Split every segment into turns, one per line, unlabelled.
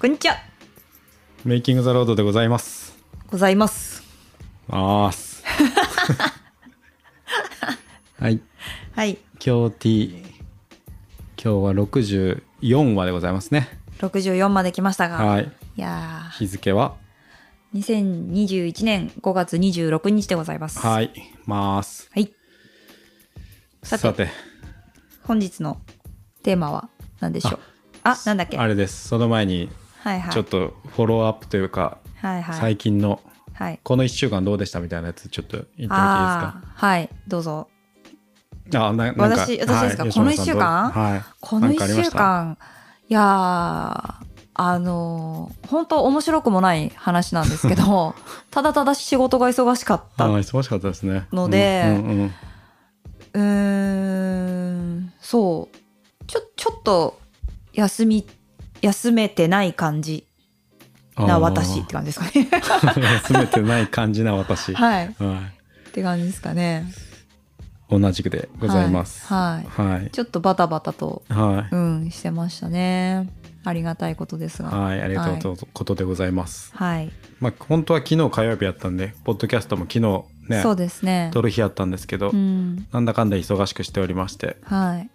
こんにちは。
メイキング・ザ・ロードでござい ます。
ございます。
あーす。はい。
はい。
今日 T、今日は64話でございますね。
64まで来ましたが。。
はいい。
や
日付は、
ー、2021年5月26日でございます。。
はいい、ます。
はい。さ
さ
て
て、
本日のテーマは何でしょうあなんだっけ
あれです。その前に、
はいはい。
ちょっとフォローアップというか、
はいはい。
最近の、
はい。
この1週間どうでしたみたいなやつ、ちょっと言ってみていいです
あ
か。
あー、はい。どうぞ。
あ、ななんか
私私ですか
はい
この一
吉村
週間
さんどうはい。
この
なんかありま
1週
した。
間、いやー、あのー本当面白くもない話なんですけ ど、ただただ仕事が忙しかった
あー忙しかったですね。
ので
うんうんうん
うーんそうちょちょっと休み休めてない感じ
あー
な私って感じですかね
休めてない感じな私。は
はいっ
い。
て感じですかね
同じくでございます。
はいは
はい
い。ちょっとバタバタと
はい。
うんしてましたねありがたいことですが
はい。ありがとうとことでございます。
はい、
まあ、本当は昨日火曜日やったんで、ポッドキャストも昨日ね
そう、ですね
撮る日やったんですけど
う、ん
なんだかんだ忙しくしておりまして、
はい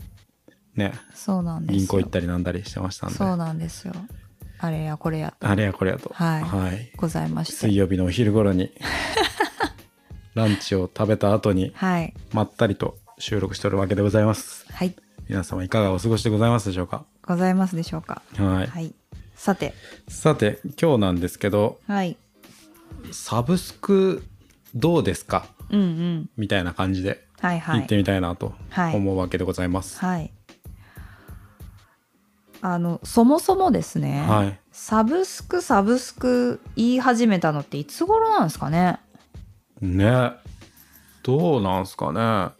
ね、
そうなんですよ
銀行行ったりなんだりしてました
そうん
で。
なんですよあれやこれやと
あれやこれやと。
はい
はい。
ございまして
水曜日のお昼頃 に、ランチを食べた後に、
はい
まったりと収録しておるわけでございます。
はい
皆様いかがお過ごしでございますでしょうか
ございますでしょうか
はい。
はいさて
さて今日なんですけど
はい
サブスクどうですか
うんうん
みたいな感じで
はいは
言
い
ってみたいなと
はい
思うわけでございます。
はい。あのそもそもですね、
はい
サブスクサブスク言い始めたのっていつ頃なんですかね
ねどうなんすかね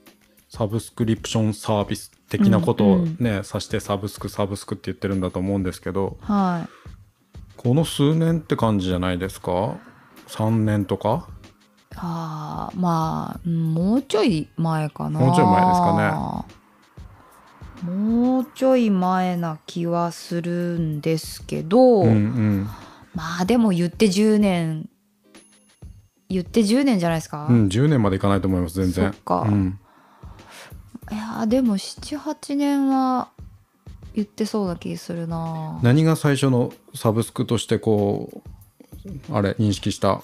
サブスクリプションサービス的なことをね、指してサブスクサブスクって言ってるんだと思うんですけど
は
この数年って感じじゃないですか3年とか
いあーまあうんもうちょい前かな
もうちょい前です
かねもうちょい前な気はするんですけど、
うんうん
まあでも言って10年言って10年じゃないですか、
うん10年までいかないと思います全然
そっか
うん、
いやーでも78年は言ってそうな気するな
何が最初のサブスクとしてこうあれ認識した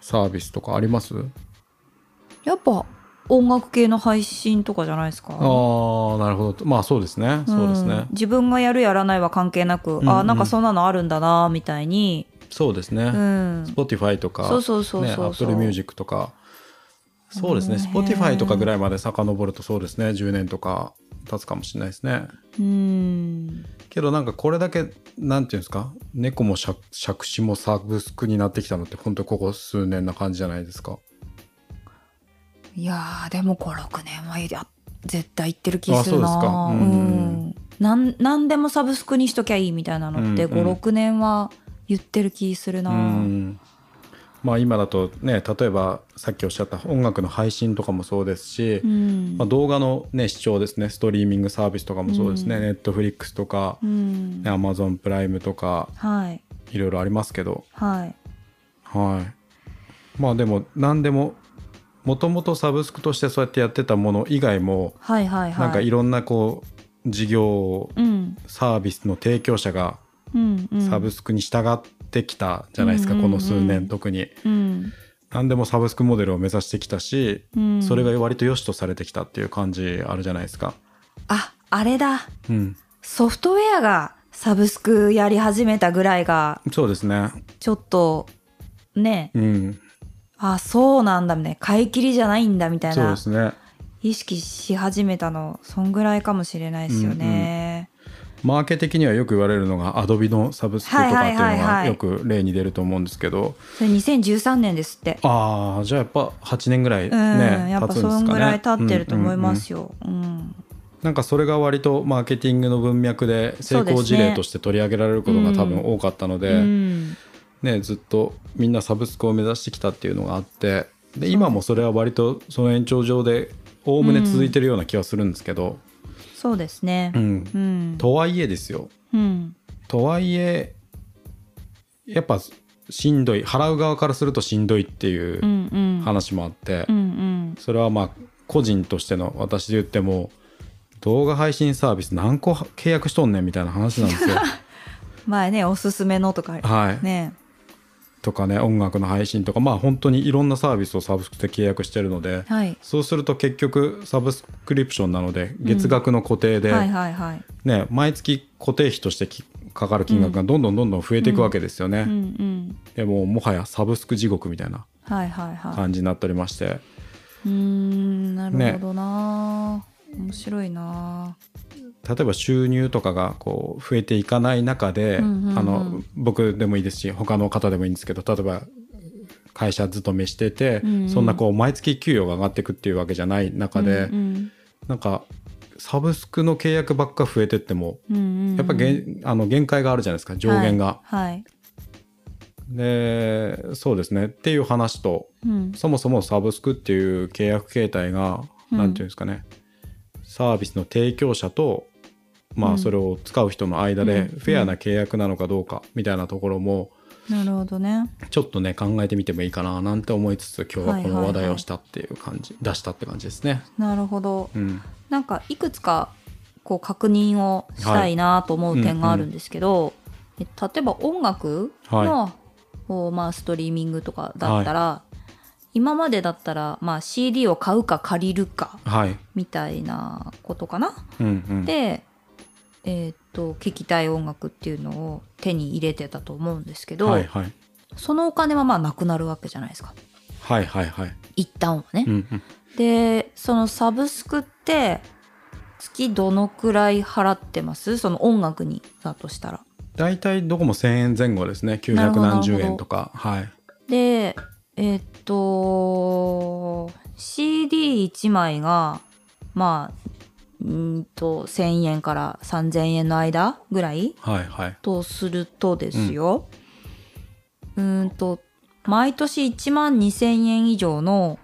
サービスとかあります
やっぱ音楽系の配信とかじゃないです
あ
か
あーなるほどまあそうですねそうですね、
ん自分がやるやらないは関係なく、
うん
あーなんかそんなのあるんだなみたいに
そうですね、
うん
Spotify とか
そうそうそうそう
ね、Apple Music とかそうですね
この辺
Spotify とかぐらいまで遡るとそうですね10年とか経つかもしれないですね
うん
けどなんかこれだけなんていうんですか猫も借借子もサブスクになってきたのって本当ここ数年な感じじゃないですか
いやーでも56年はや絶対言ってる気するな
あそうですかうん
んなん何でもサブスクにしときゃいいみたいなのって
うんうん
56年は言ってる気するな、
うんまあ今だとね例えばさっきおっしゃった音楽の配信とかもそうですし、
うん
まあ、動画の、ね、視聴ですねストリーミングサービスとかもそうですね、
うん
ネットフリックスとか
う、ん
ね、アマゾンプライムとか
はい
いろいろありますけど
はい
はいまあでも何でももともとサブスクとしてそうやってやってたもの以外も、
はいはいはい
なんかいろんなこう事業を
うん
サービスの提供者が
うんうん、
サブスクに従ってきたじゃないですか、
うんうん
こ
うん
の数年特に。
うん
何でもサブスクモデルを目指してきたし、
うん、
それが割と良しとされてきたっていう感じあるじゃないですか。
ああれだ
うん、
ソフトウェアがサブスクやり始めたぐらいが
そうですね。
ちょっとね
うん、
あそうなんだみたいな買い切りじゃないんだみたい
そう
な
ですね。
意識し始めたのそんぐらいかもしれないですよね。
マーケ的にはよく言われるのがアドビのサブスクとかっていう
はいはい
の
はいは
が
い
よく例に出ると思うんですけど、
それ2013年ですって。
ああじゃあやっぱ8年ぐらいね、
うん、やっ
経
ぱ
つんですか
そ
ね
んぐらい経ってると思いま
うんうんうん
すよ。うん
なんかそれが割とマーケティングの文脈で成
そうで
功
すね
事例として取り上げられることが多分多かったので、
うん
ね、ずっとみんなサブスクを目指してきたっていうのがあってで今もそれは割とその延長上でおおむね続いてるような気はするんですけど、
そうですね
うん。
うん。
とはいえですよ
うん。
とはいえやっぱしんどい払う側からするとしんどいっていううん
うん
話もあって
う、ん
それはまあ個人としての私で言っても動画配信サービス何個契約しと んねんみたいな話なんですよ。
前ねおすすめのとかあり
はい、
ね
とかね音楽の配信とかまあ本当にいろんなサービスをサブスクで契約してるので
はい
そうすると結局サブスクリプションなので月額の固定で、
はいはいはい
ね、毎月固定費としてきかかる金額がどんどんどんどん増えていくわけですよね。
うんうん
でもうもはやサブスク地獄みたいな
はいはいはい
感じになっておりまして
うーんなるほどな、面白いな
例えば収入とかがこう増えていかない中で、
うんうんうん
あの僕でもいいですし他の方でもいいんですけど例えば会社勤めしてて、
うんうん
そんなこう毎月給与が上がっていくっていうわけじゃない中で、
うん
なんかサブスクの契約ばっか増えてっても
うんうんうん
やっぱげ、んあの限界があるじゃないですか上限が。
はい、はい
でそうですねっていう話と
うん
そもそもサブスクっていう契約形態が
うん
なんていうんですかねサービスの提供者とま
う
あ
ん
それを使う人の間で
うん
フェアな契約なのかどうかみたいなところも
なるほどね
ちょっとね考えてみてもいいかななんて思いつつ今日はこの話
はいはい
題
は
を
い
したっていう感じ出したって感じですね。
なるほど
うん
なんかいくつかこう確認をしたいなと思う点があるんですけど、え例えば音楽の、こうまあ、ストリーミングとかだったら、今までだったら、まあ、CD を買うか借りるか
はい
みたいなことかな。
うんうん
で、えーっと聴きたい音楽っていうのを手に入れてたと思うんですけど、
はいはい
そのお金はまあなくなるわけじゃないですか
はいはいはい。
一旦はね。
うんうん
でそのサブスクって月どのくらい払ってますその音楽にだとしたら。
大体どこも1,000円前後ですね
なるほど
970円とかはい
でえっと CD1 枚がまあんーと1,000円から3,000円の間ぐらい
はいはい
とするとですよ、うーんと毎年1万2,000円以上の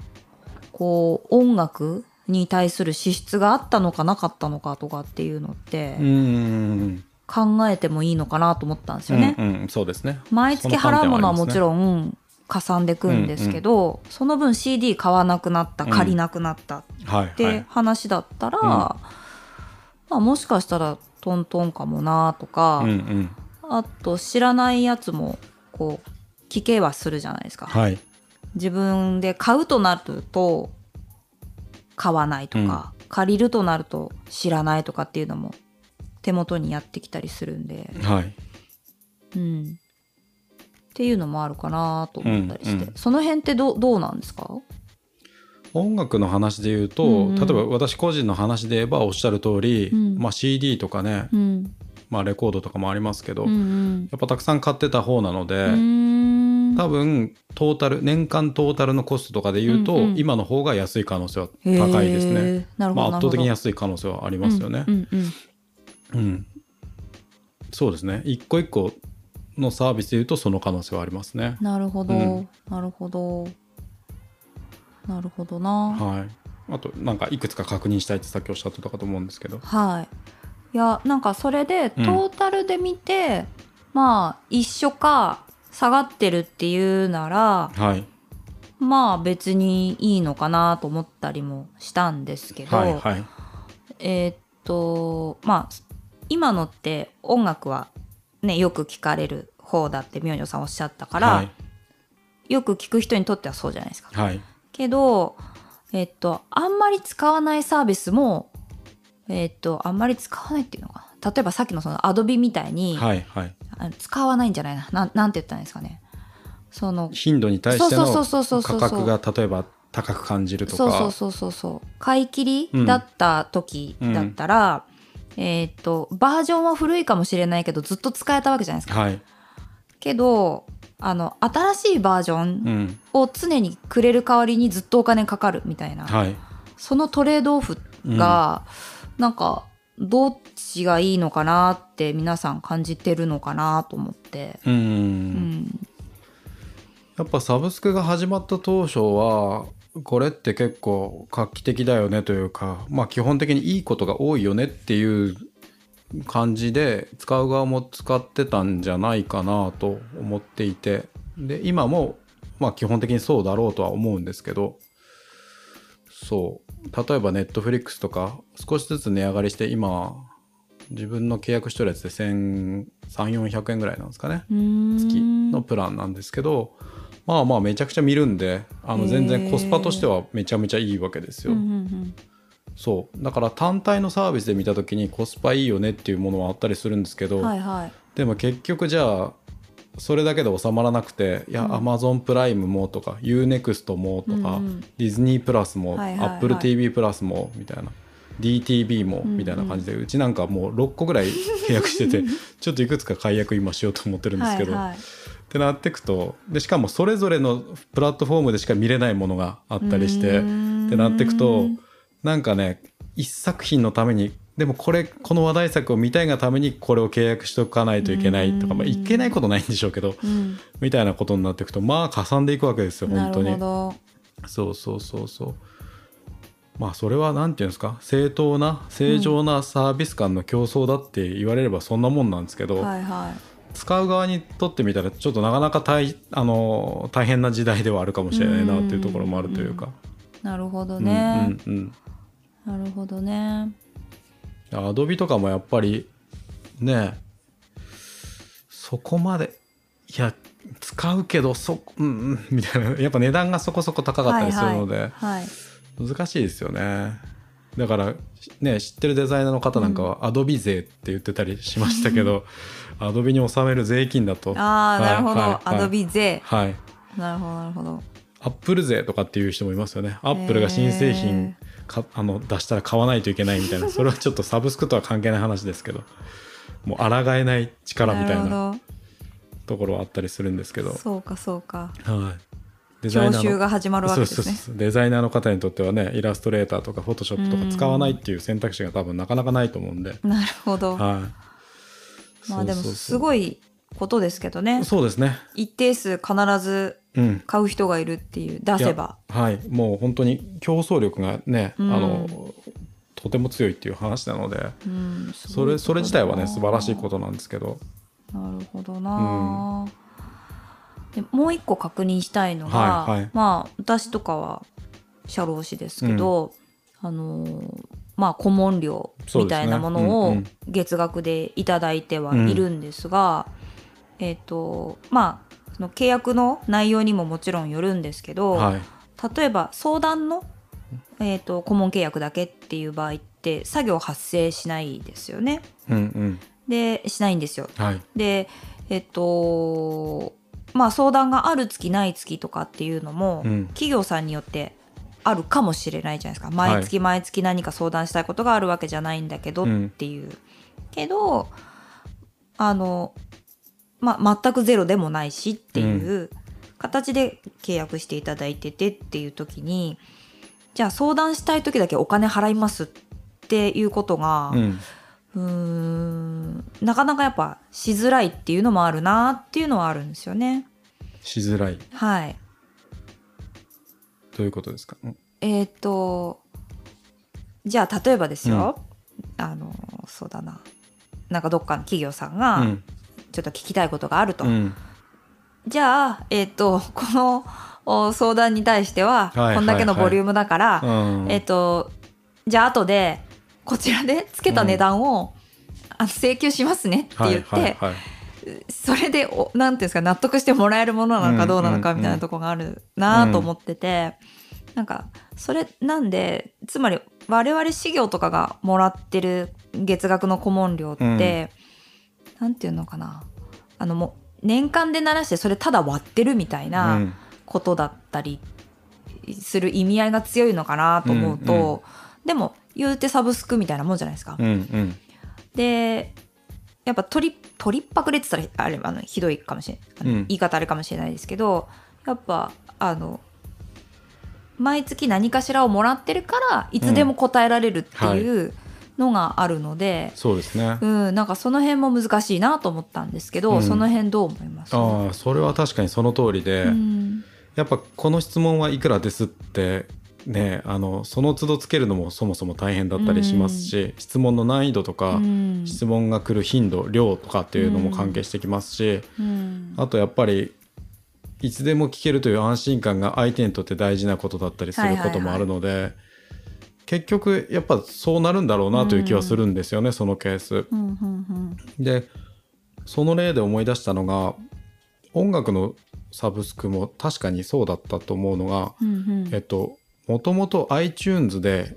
こう音楽に対する支出があったのかなかったのかとかっていうのって
うんうんうん
考えてもいいのかなと思ったんですよね。
うんうん、そうですね。
毎月払うものはもち
ん。
ろんかさんでくんですけど、その分 CD 買わなくなった
うん
借りなくなったっ
はい、は
て
い。
話だったら、
うん
まあ、もしかしたらトントンかもなとか、
うんうん。
あと知らないやつもこう聞けはするじゃないですか、
はい。
自分で買うとなると買わないとか、借りるとなると知らないとかっていうのも手元にやってきたりするんで、
はい。
うん、っていうのもあるかなと思ったりして、
うんうん
その辺ってどうどうなんですか
音楽の話で言うと、
うんうん
例えば私個人の話で言えばおっしゃる通り、
うん
まあ CD とかね、
うん
まあレコードとかもありますけど、
うんうん
やっぱたくさん買ってた方なので、
うーん
多分トータル年間トータルのコストとかで言うと、
うんうん
今の方が安い可能性は高いです
へ
ね。
ーなるほ
まあ圧
ど、な
倒
るほど
的に安い可能性はありますよね
う。んうん
うん、そうですね。一個一個のサービスで言うとその可能性はありますね。
なるほど、
うん
なるほどなるほどな
はい、あとなんかいくつか確認したいってさっきおっしゃってたかと思うんですけど、
はい。いやなんかそれでト
うん
ータルで見て、まあ一緒か下がってるっていうなら
はい、
まあ別にいいのかなと思ったりもしたんですけど、
はいはい
えーっとまあ今のって音楽はねよく聞かれる方だって明星さんおっしゃったから、
はい
よく聞く人にとってはそうじゃないですか。
はい
けど、えっと、あんまり使わないサービスも、えっと、あんまり使わないっていうのかな。例えばさっきのそのアドビみたいに、
はいはい
あの使わないんじゃないな。なんなんて言ったらいいんですかね。その、
頻度に対しての
そうそうそうそうそ
価
う
格が例えば高く感じると
そうそう
か
そうそうそう。買い切りだった時だったら、えっと、バージョンは古いかもしれないけど、ずっと使えたわけじゃないですか。
はい
けど、あの、新しいバージョ
う
ン
ん
を常にくれる代わりにずっとお金かかるみたいな。
はい
そのトレードオフが、なんかどっちがいいのかなって皆さん感じてるのかなと思って、
うん、
うん、
やっぱサブスクが始まった当初はこれって結構画期的だよねというかまあ基本的にいいことが多いよねっていう感じで使う側も使ってたんじゃないかなと思っていてで今もまあ基本的にそうだろうとは思うんですけどそう例えばネットフリックスとか少しずつ値上がりして今自分の契約してるやつで1300400円ぐらいなんですかね月のプランなんですけどまあまあめちゃくちゃ見るんであの全然コスパとしてはめちゃめちゃいいわけですよ。そうだから単体のサービスで見た時にコスパいいよねっていうものはあったりするんですけど、
はいはい
でも結局じゃあそれだけで収まらなくていや、
うん
Amazon プライムもとか UNEXT もとか、
うんうん
ディズニープラスも、
はいはいはい
AppleTV プラスもみたいな DTV も
うんうん
みたいな感じで、うちなんかもう6個ぐらい契約して てちょっといくつか解約今しようと思ってるんですけど、
はいはい
ってなってくとでしかもそれぞれのプラットフォームでしか見れないものがあったりして
うーん
ってなってくとなんかね一作品のためにでもこれこの話題作を見たいがためにこれを契約しておかないといけないとか、
うん
まあ、いけないことないんでしょうけど
うん
みたいなことになっていくとまあかさんでいくわけですよ
な
本当
る
に
ほど
そうそうそうそうまあそれは何て言うんですか正当な正常なサービス間の競争だって言われればそんなもんなんですけど、
はいは
使う側にとってみたらちょっとなかなか大あの大変な時代ではあるかもしれないなっていうところもあるというか。
いなるほど
うん
ね、
うんうん
なるほどね
アドビとかもやっぱりねそこまでいや使うけどそうんうんみたいなやっぱ値段がそこそこ高かったりするので、
はい
難しいですよねだからね知ってるデザイナーの方なんかはアドビ税って言ってたりしましたけ ど、アドビに納める税金だと
あ
は
あ、
い
なるほど、
はい
アドビ税
はい
なるほどなるほど
アップル税とかっていう人もいますよねアップルが新製品かあの出したら買わないといけないみたい なそれはちょっとサブスクとは関係ない話ですけどもう抗えない力みたいな
なる
ところはあったりするんですけど
ほどそうかそうか
はいデ
徴収が始まるわけ
そうそ
です
う
ね
そうデザイナーの方にとってはねイラストレーターとかフォトショップとか使わないっていう選択肢が多分なかなかないと思うんで、
なるほど、
はい、
まあ
そ
でも
うそうそう
すごいことですけどね
そうですね
一定数必ず
うん
買う人がいるっていう出せば
いやはいもう本当に競争力がね、
うん
あのとても強いっていう話なので
うん
それそれ自体はね素晴らしいこととなんですけど
ななるほどな、でもう一個確認したいのが、
はいはい
まあ私とかは社労士ですけど、あのーまあ顧問料みたいなもの
そう
を
ですね
月額でいただいてはいるんですが、えっ、とまあその契約の内容にももちろんよるんですけど、
はい
例えば相談の、えー、と顧問契約だけっていう場合って作業発生しないですよね。
うん
でしないんですよ。
うんはい
でえっとまあ相談がある月ない月とかっていうのも、
うん
企業さんによってあるかもしれないじゃないですか毎月毎月何か相談したいことがあるわけじゃないんだけど
うん
っていう、けどあの、まあ、全くゼロでもないしっていう形で契約していただいててっていう時にじゃあ相談したい時だけお金払いますっていうことが、
うん
うーんなかなかやっぱしづらいっていうのもあるなっていうのはあるんですよね。
しづらい
はい。
ということですかうん
えっ、とじゃあ例えばですよ、あのそうだななんかどっかの企業さん
う
が
ん
ちょっと聞きたいことがあると、
うん
じゃあ、えっと このお相談に対しては
はい
こんだけのボリュームだから、
うん
えっ、とじゃあ後でこちらでつけた値段を、あの請求しますねって言って、
はいはいはい
それでおなんていうんですか納得してもらえるものなのかどうなのかみたいなとこがあるなと思ってて、なんかそれなんでつまり我々事業とかがもらってる月額の顧問料って、なんていうのかなあのもう年間で鳴らしてそれただ割ってるみたいな
うん
ことだったりする意味合いが強いのかなと思うと、でも言うてサブスクみたいなもんじゃないですか。
うんうん
でやっぱ取り取りっぱくれてたらあれあのひどいかもしれない、
うん
言い方あれかもしれないですけどやっぱあの毎月何かしらをもらってるからいつでも答えられるっていうのがあるので、
そうですね
うんなんかその辺も難しいなと思ったんですけど、
うん
その辺どう思います
ああそれは確かにその通りで
うん
やっぱこの質問はいくらですってねあのその都度つけるのもそもそも大変だったりしますし、質問の難易度とか、
うん
質問が来る頻度量とかっていうのも関係してきますし、
うん
あとやっぱりいつでも聞けるという安心感が相手にとって大事なことだったりすることもあるので、結局やっぱそうなるんだろうなという気はするんですよね、そのケース。
うんうん
でその例で思い出したのが音楽のサブスクも確かにそうだったと思うのが、
うんうん
えっともともと iTunes で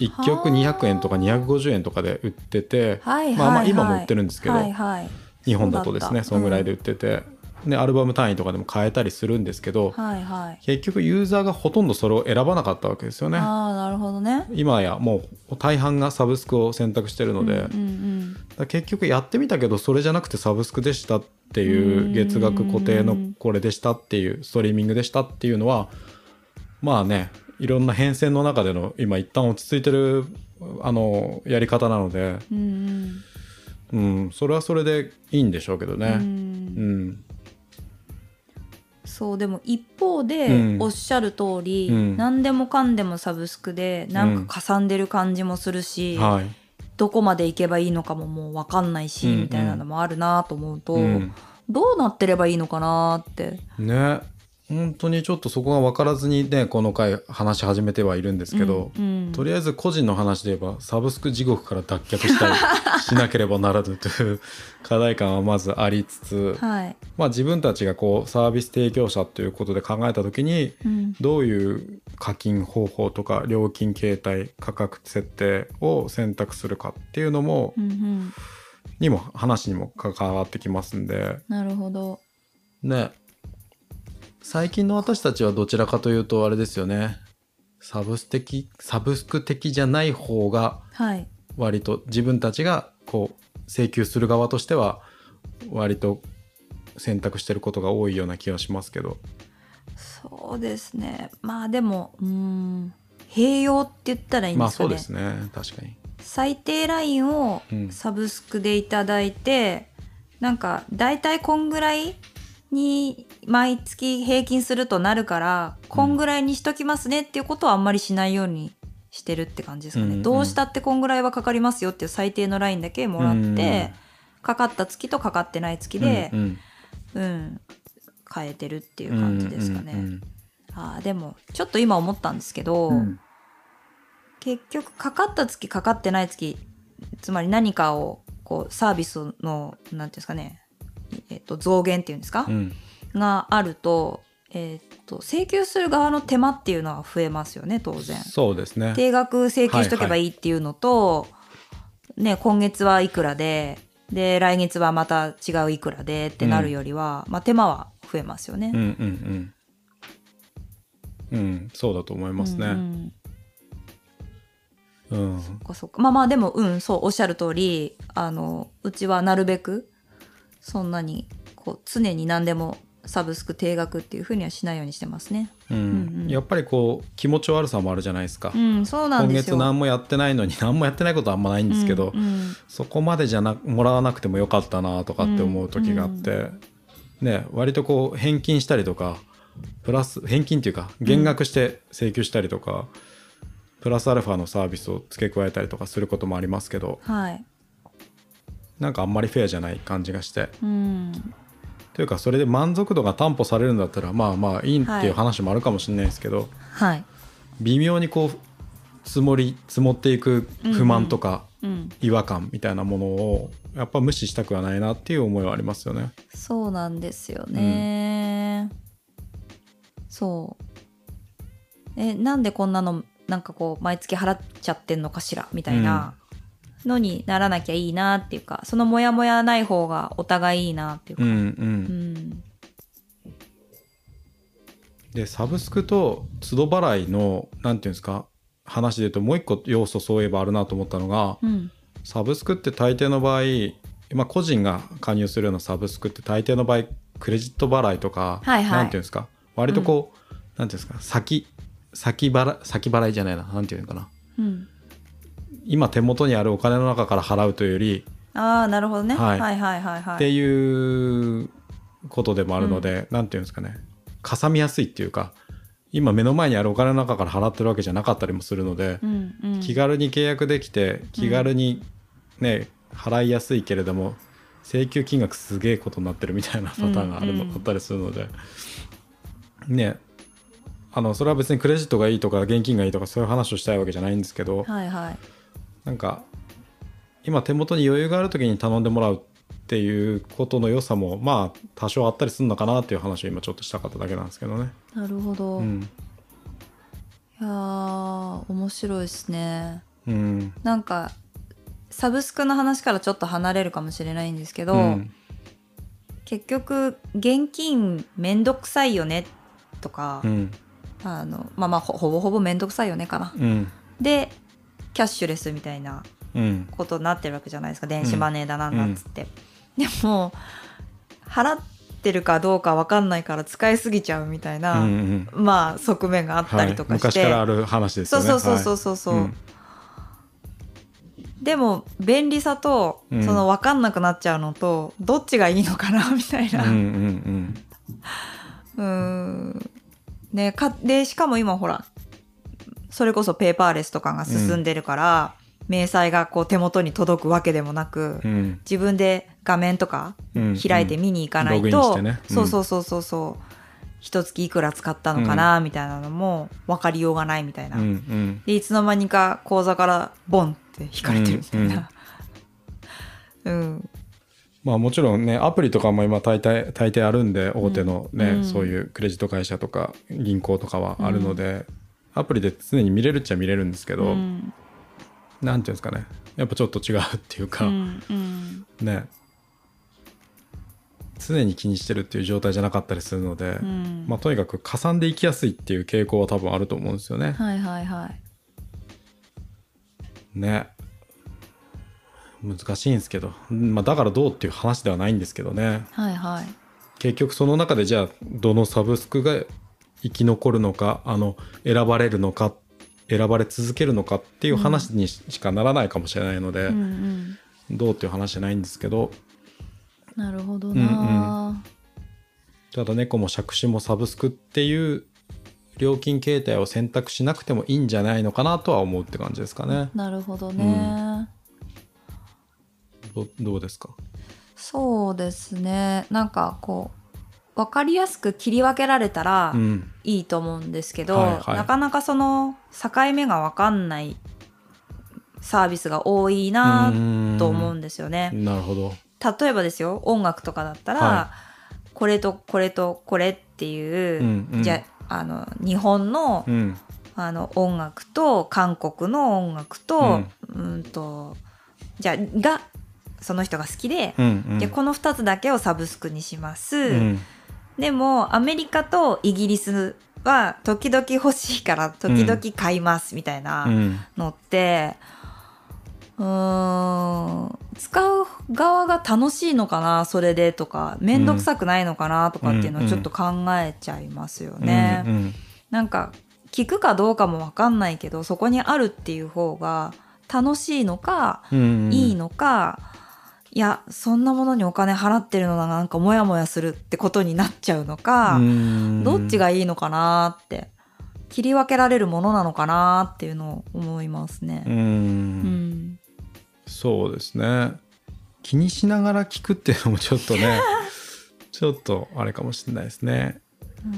1曲200円とか250円とかで売ってて
はいはいはい
まあまあ今も売ってるんですけど、
はいはい
日本だとですね
そ
そう
だった
んぐらいで売ってて、でアルバム単位とかでも買えたりするんですけど、
はいはい
結局ユーザーがほとんどそれを選ばなかったわけですよね。
ああなるほどね
今やもう大半がサブスクを選択してるので、
うんうん
だから結局やってみたけどそれじゃなくてサブスクでしたっていう月額固定のこれでしたっていうストリーミングでしたっていうのはまあねいろんな変遷の中での今一旦落ち着いてるあのやり方なので、
うんうん
うん、それはそれでいいんでしょうけど
う
ね。
ん
うん
そうでも一方で、
うん
おっしゃる通り、
うん
何でもかんでもサブスクでなんかかさんでる感じもするし、
はい
どこまで行けばいいのかももう分かんないし、
うんうん
みたいなのもあるなと思うと、
うん
どうなってればいいのかなって。
ね本当にちょっとそこが分からずにねこの回話し始めてはいるんですけど、
うん
とりあえず個人の話で言えばサブスク地獄から脱却したりしなければならぬという課題感はまずありつつ、
はい
まあ、自分たちがこうサービス提供者ということで考えた時に
うん
どういう課金方法とか料金形態価格設定を選択するかっていうのも、
うんうん
にも話にも関わってきますんで
なるほど
ね最近の私たちはどちらかというとあれですよねサブス的サブスク的じゃない方が
はい
割と自分たちがこう請求する側としては割と選択してることが多いような気がしますけど
そうですねまあでもうーん併用って言ったらいいん
ま
で
あ
すか
そ
ね,、
うですね確かに
最低ラインを
うん
サブスクでいただいて、なんか大体こんぐらいに毎月平均するとなるからこんぐらいにしときますねっていうことはあんまりしないようにしてるって感じですか
う
ね、
んうん
どうしたってこんぐらいはかかりますよっていう最低のラインだけもらって、かかった月とかかってない月で
う、んうん
うん変えてるっていう感じですかね。
うん
あーでもちょっと今思ったんですけど、
うんうん
結局かかった月かかってない月つまり何かをこうサービスのなんていうんですかね、えっと、増減っていうんですか、
うん
があると,、えっと請求する側の手間っていうのは増えますよね当然。
そうですね
定額請求しとけばいいっていうのと、ね、今月はいくらでで来月はまた違ういくらでってなるよりは、まあ、手間は増えますよね
うん。うんうんうんそうだと思います
うんう
ね
ん
うん
そっかそっかまあまあでもうんそうおっしゃる通りあのうちはなるべくそんなにこう常に何でもサブスク定額っていうふうにはしないようにしてますね。
うん
うん
やっぱりこう気持ち悪さもあるじゃないですか
うんそうなん
今
です
月
よ。
何もやってないの に何もやってないことはあんまないんですけど、
うんうん
そこまでじゃなもらわなくてもよかったなとかって思う時があって、ね割とこう返金したりとかプラス返金っていうか減額して請求したりとか、プラスアルファのサービスを付け加えたりとかすることもありますけど
はい。
なんかあんまりフェアじゃない感じがして
うん
というかそれで満足度が担保されるんだったらまあまあいいっ
は
てい
いう
話もあるかもしれないですけど、
はい。
微妙にこう積もり積もっていく不満とか
うん
違和感みたいなものをやっぱ無視したくはないなっていう思いはありますよね。
そうなんですよね。そう。えなんでこんなのなんかこう毎月払っちゃってんのかしらみたいなのにならなきゃいいなっていうかそのモヤモヤない方がお互いいいなっていう
う
か。
んう、
うんん
でサブスクと都度払いのなんていうんですか話で言うともう一個要素そういえばあるなと思ったのが
うん
サブスクって大抵の場合、まあ、個人が加入するようなサブスクって大抵の場合クレジット払いとか、
はいはい
なんていうんですか割とこう、なんていうんですか先先払い先払いじゃないななんていうのかな
うん
今手元にあるお金の中から払うというより
ああなるほどね、は、
はいい
はいはいはいは
っ
い
ていうことでもあるので、なんていうんですかねかさみやすいっていうか今目の前にあるお金の中から払ってるわけじゃなかったりもするので、
うんうん、
気軽に契約できて気軽にね、払いやすいけれども請求金額すげえことになってるみたいなパターンがあるの、
うんうん
あったりするのでねあのそれは別にクレジットがいいとか現金がいいとかそういう話をしたいわけじゃないんですけど、
はいはい
なんか今手元に余裕がある時に頼んでもらうっていうことの良さもまあ多少あったりするのかなっていう話を今ちょっとしたかっただけなんですけどね。
なるほど、
う
い
ん、
やー面白いですね
うん
なんかサブスクの話からちょっと離れるかもしれないんですけど、
うん
結局現金めんどくさいよねとか、
うん
あのまあまあほほぼほぼめんどくさいよねかな
うん
でキャッシュレスみたいな
うん
ことになってるわけじゃないですか電子マネーだなんだっつって、でも払ってるかどうか分かんないから使いすぎちゃうみたい
うんう
な、
ん
まあ側面があったりとかし
昔
て、
からある話です
そ
よ
う
ね。
そうそうそううそうそう、
はい
でも便利さとそ
うん
の分かんなくなっちゃうのと、どっちがいいのかなみたいな、
うんうん
うーんね、かでしかも今ほらそれこそペーパーレスとかが進んでるから、明細がこう手元に届くわけでもなく、
うんうん
自分で画面とか
うん
開いて見に行かない
ログインし
と、
てねうん
そうそうそうそうそう一月いくら使ったのかなみたいなのも分かりようがないみたいな、
うんうん
でいつの間にか口座からボンって引かれてるみたいな。うん、
まあもちろんねアプリとかも今大体大抵あるんで大手のね、
うん
そういうクレジット会社とか銀行とかはあるので、アプリで常に見れるっちゃ見れるんですけど、
うん
なんていうんですかねやっぱちょっと違うっていうか、
うんうん
ね常に気にしてるっていう状態じゃなかったりするので、
うん
まあ、とにかくかさんでいきやすいっていう傾向は多分あると思うんですよね。
はいはいはい
ね難しいんですけど、まあ、だからどうっていう話ではないんですけどね
はいはい
結局その中でじゃあどのサブスクが生き残るのかあの選ばれるのか選ばれ続けるのかっていう話にししかならないかもしれないので、
うんうん
どうっていう話じゃないんですけど
なるほどな、
ただ猫も借子もサブスクっていう料金形態を選択しなくてもいいんじゃないのかなとは思うって感じですかね。
なるほどね、
うんどどうですか
そうですねなんかこう分かりやすく切り分けられたら
うん
いいと思うんですけど、
はいはい
なかなかその境目が分かんないサービスが多いなと思うんですよね。
なるほど。
例えばですよ音楽とかだったら、
は
これとこれとこれっていう、
うんうん
じゃあの日本の,、
うん
あの音楽と韓国の音楽と,、うん、とじゃあがその人が好きで、
うんうん
じゃあこの2つだけをサブスクにします、
うん
でもアメリカとイギリスは時々欲しいから時々買いますみたいな
うん
のって、うーん使う側が楽しいのかなそれでとか面倒くさくないのかなとかっていうの
う
を
ん
ちょっと考えちゃいますよね。
うんうん
なんか聞くかどうかも分かんないけどそこにあるっていう方が楽しいのか
うんうん
いいのか、いやそんなものにお金払ってるのがなんかモヤモヤするってことになっちゃうのか、
うん
どっちがいいのかなって切り分けられるものなのかなっていうのを思います
う
ね。
ん
うん、
そうですね気にしながら聞くっていうのもちょっと ねちょっとあれかもしれないですね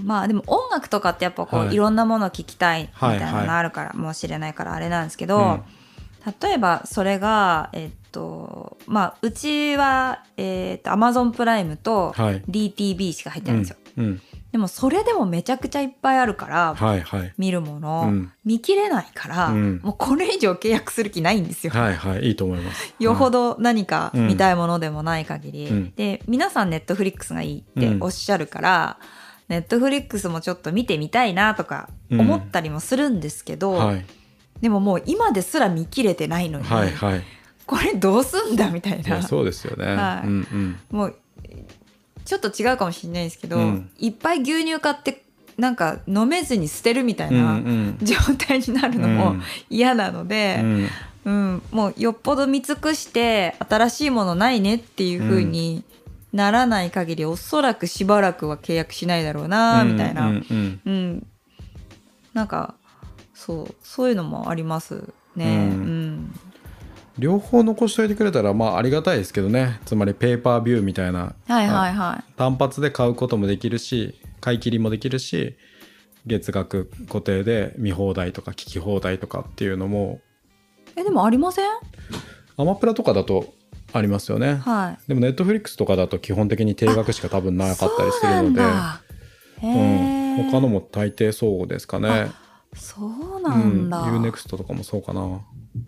まあでも音楽とかってやっぱこう、
はい
い、ろんなものを聞きたいみた
は
い
い
な
はい
のあるから、もしれないからあれなんですけど、
うん
例えばそれがえっとまあうちはえっと Amazon プライムと
はい
DTV しか入ってないんですよ。
うんうん
でもそれでもめちゃくちゃいっぱいあるから、
はいはい
見るもの、
うん
見切れないから、
うん
もうこれ以上契約する気ないんですよ。
はいはいいいと思います
よほ
ど
ど何か
うん
見たいものでもない限り、
うん
で皆さんネットフリックスがいいっておっしゃるから、ネットフリックスもちょっと見てみたいなとか思ったりもするんですけど、
はい
でももう今ですら見切れてないのに、
はい はい
これどうすんだみたい
い
な
やそうですよね
はい
うんうん
もうちょっと違うかもしれないですけど、
うん
いっぱい牛乳買ってなんか飲めずに捨てるみたい
うん
な
うん
状態になるのも嫌なので。
うん
うん、もうよっぽど見尽くして新しいものないねっていう風にならない限り、おそらくしばらくは契約しないだろうなみたいな、う
うんんうん
なんかそうそういうのもありますね。
う
うんん、
両方残しておいてくれたらまあありがたいですけどねつまりペーパービューみたいな
はいはいはい。
単発で買うこともできるし買い切りもできるし月額固定で見放題とか聞き放題とかっていうのも
えでもありません？
アマプラとかだとありますよね、
はい。
でもネットフリックスとかだと基本的に定額しか多分なかったりするので
そうなんだ。へ
うん
え、
他のも大抵そうですかね
そうなんだ。
うん、UNEXT とかもそうかな、
う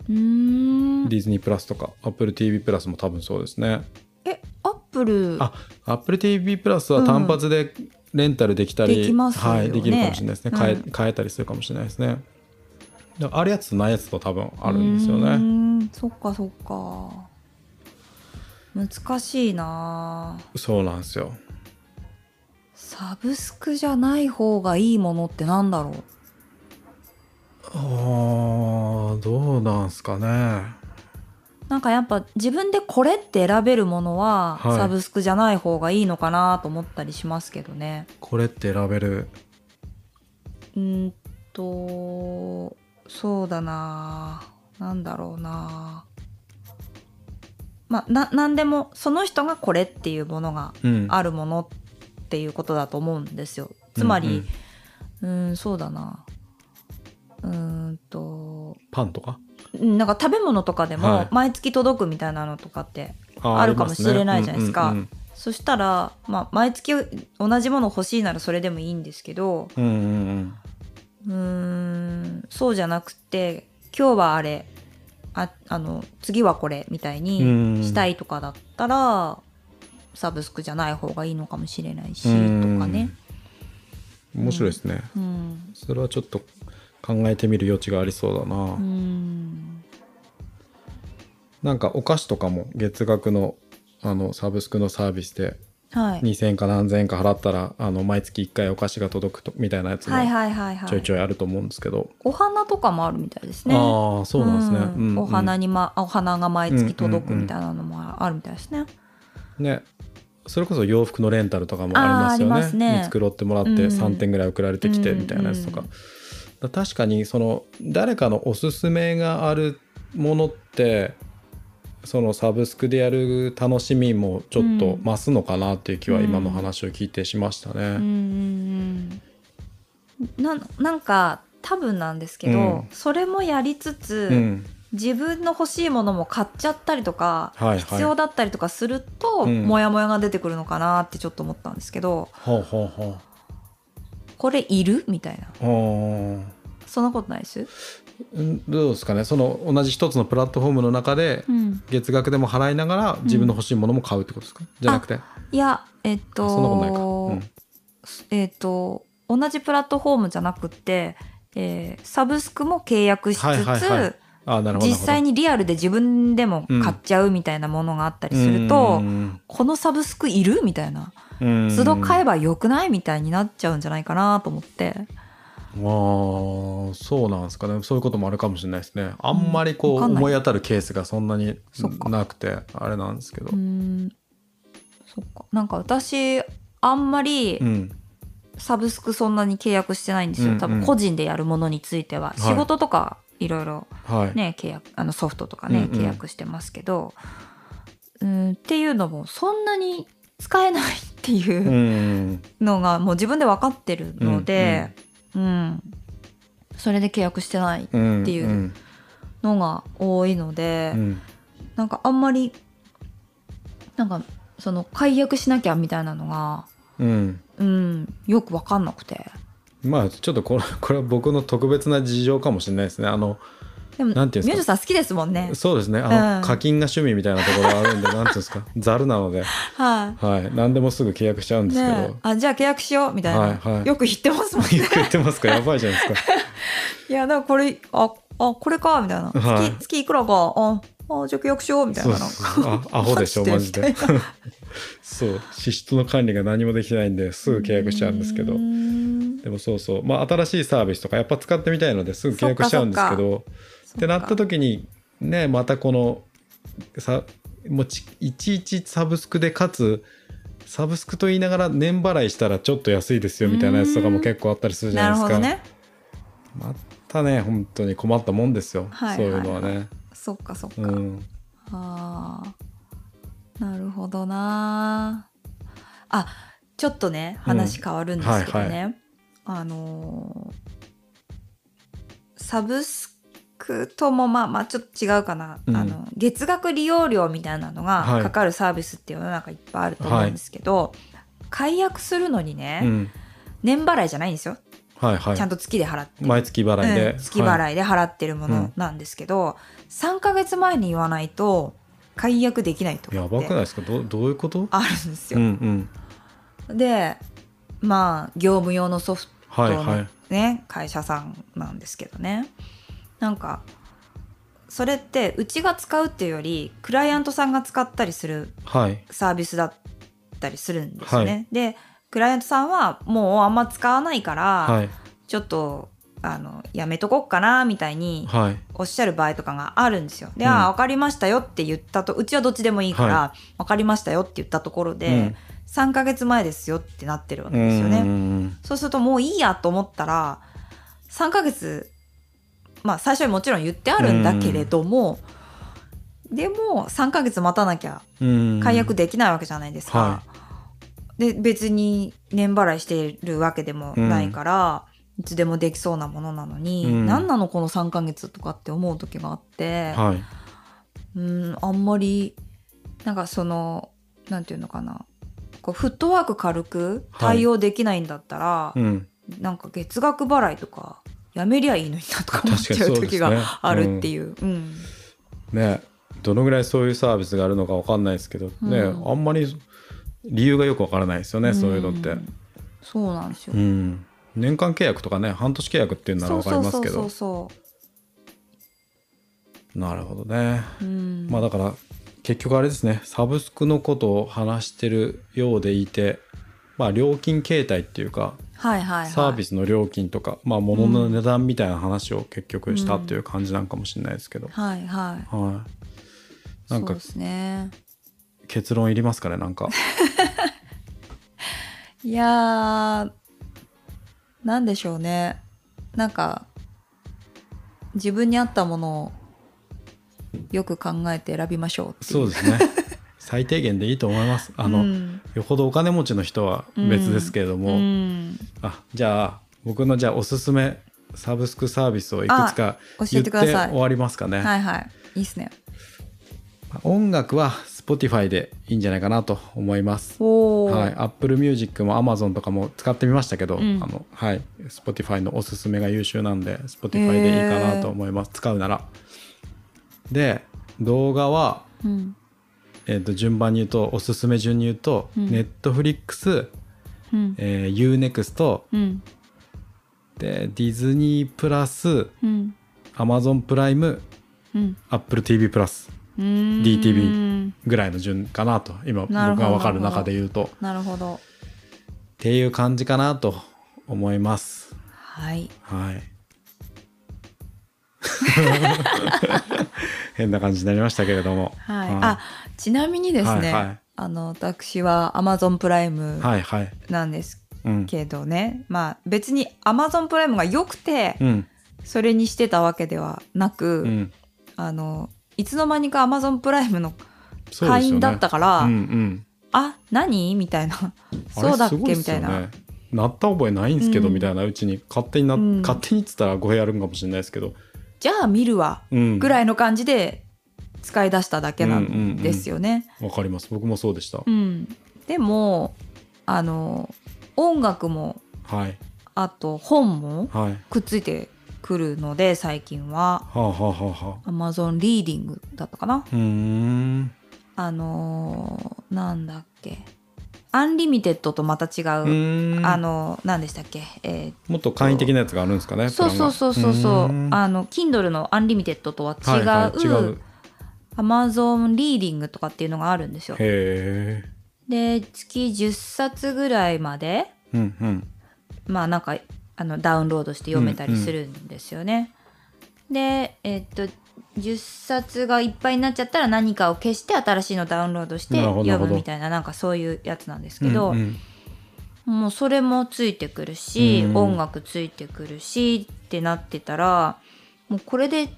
ーん
ディズニープラスとか AppleTV プラスも多分そうですね
えアップル
あ AppleTV プラスは単発でレンタルできたり、
できますよね
はい、できるかもしれないですね、
うん
変え変えたりするかもしれないですねだからあるやつとないやつと多分あるんですよ
う
ね
ーんそっかそっか。難しいなあ。
そうなんですよ
サブスクじゃない方がいいものってなんだろう。
あーどうなんすかね
なんかやっぱ自分でこれって選べるものは
はい
サブスクじゃない方がいいのかなと思ったりしますけどね。
これって選べる
うーんとそうだななんだろうなまあな何でもその人がこれっていうものが
うん
あるものっていうことだと思うんですよ。つまりうーん,、そうだなうーんと
パンとか
うんなんか食べ物とかで
は
も
い
毎月届くみたいなのとかって
あー
あるかも
ります
しれないじゃないですか
うん
そしたら、まあ、毎月同じもの欲しいならそれでもいいんですけど
うんうんうんうん
うーんそうじゃなくて今日はあれああの次はこれみたい
うん
にしたいとかだったらサブスクじゃない方がいいのかもしれないしと
うん
かね。
面白いですね、
うん
それはちょっと考えてみる余地がありそうだな、
うん
なんかお菓子とかも月額のあのサブスクのサービスで
はい、
2,000円か何千円か払ったらあの毎月1回お菓子が届くとみたいなやつも
はいはいはいは
ちょい
い
ちょいあると思うんですけど、
お花とかもあるみたいですね。
ああそうなんですね、
う
うんうん
お花に、ま、お花が毎月届くみたいなのもあるみたいですね。
ねそれこそ洋服のレンタルとかもあり
あーあ
ま
り
す
ます
よね
ね
見繕ってもらって
うん
3点ぐらい送られてきて
うん
みたいなやつとか,、
うん
だから確かにその誰かのおすすめがあるものってそのサブスクでやる楽しみもちょっと増すのかなっていう気は今の話を聞いてしましたね。
うんうんうんななんか多分なんですけど、
うん
それもやりつつ、
うん
自分の欲しいものも買っちゃったりとか、
はいはい
必要だったりとかすると、
うん
モヤモヤが出てくるのかなってちょっと思ったんですけど
ほうほうほ
これいるみたいな
うほ
そんなことないです、
ううんどうですかねその同じ一つのプラットフォームの中で
うん、
月額でも払いながら自分の欲しいものも買うってことですか、じゃなくて
いやえっと
そんなことないか、うん、
えっと同じプラットフォームじゃなくって、えーサブスクも契約しつつ、
はいはいはいあーなるほど
実際にリアルで自分でも買っちゃうみたいなものがあったりすると、このサブスクいるみたいな都度買え
ば
ばよくないみたいになっちゃうんじゃないかなと思って
あーそうなんですかねそういうこともあるかもしれないですねあんまりこう
わかんない
思い当たるケースがそんなに
そっか
なくてあれなんですけど
うーんそっかなんか私あんまり
うん
サブスクそんなに契約してないんですよ、
うんうん
多分個人でやるものについては、
い
仕事とかいろいろ
はい、
ね契約あのソフトとか
う
ね、
んうん
契約してますけどうーんっていうのもそんなに使えないっていううんのがもう自分で分かってるので、うんそれで契約してない
うん
っていうんのが多いので、
うん
なんかあんまりなんかその解約しなきゃみたいなのが、
うん
うん、よく分かんなくて
まあちょっとこれこれは僕の特別な事情かもしれないですねあの
でも
なんていうんですか
宮女さん好きですもんね。
そうですねあの、
うん
課金が趣味みたいなところがあ るんでなんていうんですかざるなので、
は
はい、何でもすぐ契約しちゃうん
い、
ですけど、
ねえあじゃあ契約しようみたいな、
はいはい
よく言ってますもん ね。
よ く言ってますかやばいじゃないですか
いやだからこれああこれかみたいな、
はい
月月いくらかああじゃあ契約しようみたい
そう
な
そうそうあアホでしょマジでそう支出の管理が何もできてないんですぐ契約しちゃうんです けど
うーん
でもそうそうまあ新しいサービスとかやっぱ使ってみたいのですぐ契約しちゃうんですけどってなった時にねまたこのさもうちいちいちサブスクでかつサブスクと言いながら年払いしたらちょっと安いですよみたいなやつとかも結構あったりするじゃ
な
な
る
いです
ほ
か。
どね
またね本当に困ったもんですよ、
はい
そういうのはね。
そっかそっか、
うん、
あーなるほどなーあちょっとね話変わるんですけどね、
はい
あのーサブスクともまあまあちょっと違うかな、
うん
あの月額利用料みたいなのが
はい
かかるサービスって世の中いっぱいあると思うんですけど、解約するのにね、
うん、
年払いじゃないんですよ、
はいはい
ちゃんと月で払って
毎月払いで、
うん、月
はい
払いで払ってるものなんですけど、3ヶ月前に言わないと解約できないとか
や
って
ばくないですかどうどういうこと
あるんです
うん
よ。
うん
でまあ業務用のソフト
はい
の、ね
はい
会社さんなんですけどねなんかそれってうちが使うっていうよりクライアントさんが使ったりする
はい
サービスだったりするんですよね。
は
でクライアントさんはもうあんま使わないから、
はい
ちょっとあのやめとこっかなみたいに
はい
おっしゃる場合とかがあるんですよ。で、
うん
ああ分かりましたよって言ったとうちはどっちでもいいから、
は
分かりましたよって言ったところで、
うん
3ヶ月前ですよってなってるわけ
うん
ですよね。
うん
そうするともういいやと思ったら3ヶ月まあ最初にもちろん言ってあるんだけれども、でも3ヶ月待たなきゃ
うん
解約できないわけじゃないですか。で別に年払いしてるわけでもないから、いつでもできそうなものなのに、
うん
何なのこの3ヶ月とかって思う時があって、
はい
うんあんまりなんかそのなんていうのかなこうフットワーク軽く対応できないんだったら、
うん
なんか月額払いとかやめりゃいいのになとか思っちゃ
確かに
う
そうですね
時があるっていう。うん
ねどのぐらいそういうサービスがあるのかわかんないですけど、
うん
ねあんまり理由がよくわからないですよね、そういうのって、
んそうなんですよ
う。ん、年間契約とかね半年契約っていうなら
そう
わか
そ
り
う
ます
そう
け
そ
ど
うそ
なるほどね
う。うん
まあだから結局あれですねサブスクのことを話してるようでいてまあ料金形態っていうか
はいはいはい。
サービスの料金とかまあ物の値段みたいな話を結局したっていう感じなんかもしれないですけど、
はいはい。
はいなん
そ
か
うですね。
結論いりますかねなん か
いやー、なんでしょうね。なんか、自分に合ったものをよく考えて選びましょうってい
そうですね最低限でいいと思いますあの、
うん
よほどお金持ちの人は別ですけれども、
うん
あじゃあ僕のじゃあおすすめサブスクサービスをいくつか
あ教
言
え
ってて
ください
終わりますかね、
はいはい。いいっすね。
音楽は Spotify でいいんじゃないかなと思います。
おー。
はい、Apple Music も Amazon とかも使ってみましたけど、
ん
あのはい Spotify のおすすめが優秀なんで Spotify でいいかなと思います、使うならで動画は、
うん
えっと順番に言うとおすすめ順に言うと、
うん
Netflix、
うん
えー UNEXT
うん
でディズニープラス
うん。
Amazon プライム
うん。
AppleTV プラス
うーん
DTV。ぐらいの順かなと今僕
なるほど
が分かる
なるほ
中
ど
で言うと。
なるほど。
っていう感じかなと思います。
はい。
はい。変な感じになりましたけれども。
はい。あ、ちなみにですね、
はいはい
あの、私は Amazon プライム
はいはい。
なんです
うん。
けどね、まあ別に Amazon プライムが良くて、
うん。
それにしてたわけではなく、
うん。
あのいつの間にか Amazon プライムの
そうで
会
すよね。
員だったから、
うんうん。
あ何みたいな
あれ
そうだっ
すご
け
っ
み
す
た
よ
いな、
ねなった覚えないんですけど、
うん
みたいなうちに勝手にな、
うん
勝手にっつったら語弊あるんかもしれないですけど、
じゃあ見るわ
うん、
ぐらいの感じで使い出しただけなんですよね。
わかります僕もそうでした、
うんでもあの音楽も
はい
あと本も
はい
くっついてくるので最近は
はあはあはあはあ
Amazon リーディングだったかな
うーん
あのーなんだっけアンリミテッドとまた違
う
う
ーん
あの何でしたっけ、え
もっと簡易的なやつがあるんですかね
ー、そうそうそうそうそ
プラ
う
ンが
あの Kindle の Unlimited とは
うーん
違う,、
はいはい違う
Amazon リーディングとかっていうのがあるんですよ
へえ
で月10冊ぐらいまで
うんうん
まあなんかあのダウンロードして読めたりするんですよね、でえっと10冊がいっぱいになっちゃったら何かを消して新しいのダウンロードして
なるほどな
読
るほど
むみたいななんかそういうやつなんですけど、
うんうん
もうそれもついてくるし、
うん
音楽ついてくるしってなってたらもうこれで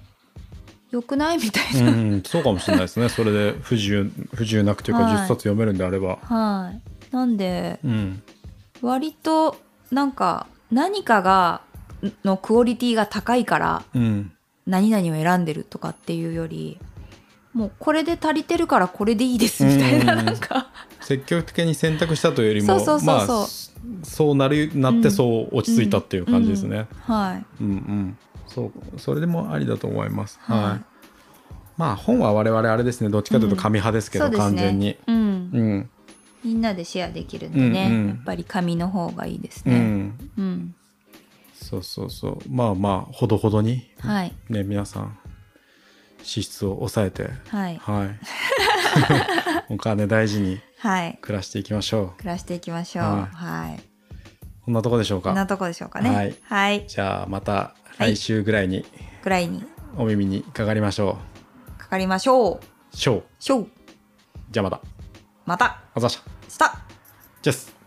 よくないみたいな、
うん、そうかもしれないですね。それで不自由、不自由なくというか、
はい
10冊読めるんであれば。
はいなんで
うん。
割となんか何かがのクオリティが高いから
うん。
何々を選んでるとかっていうよりもうこれで足りてるからこれでいいですみたいな
うん
なんか
積極的に選択したというよりも、
そうそうそうそう
まあ、そうなる、なって、そう落ち着いたっていう感じですね。
はい
うん、うん、そう、それでもありだと思います。はい。
はい
まあ、本は我々あれですね。どっちかというと紙派ですけど、
そうです
完全に
ね。、うん、
うん。
みんなでシェアできるんでね、
うんうん
やっぱり紙の方がいいです
う
ね
ん。
うん、
そうそうそう。まあまあ、ほどほどに、
はい
ね、皆さん、支出を抑えて、
はい
はい。お 金大事に
はい
暮らしていきましょう。
暮らしていきましょう
はい
はい
こんなとこでしょう
こんな
か。
とこでしょうかね
はい
はい、
じゃあまた
はい
来週ぐらいに
ぐらいに
お耳にかかりましょ
かかりましょう
う。しょう。
しょう
じゃあまた。
また
あざっした。
した
じゃっす。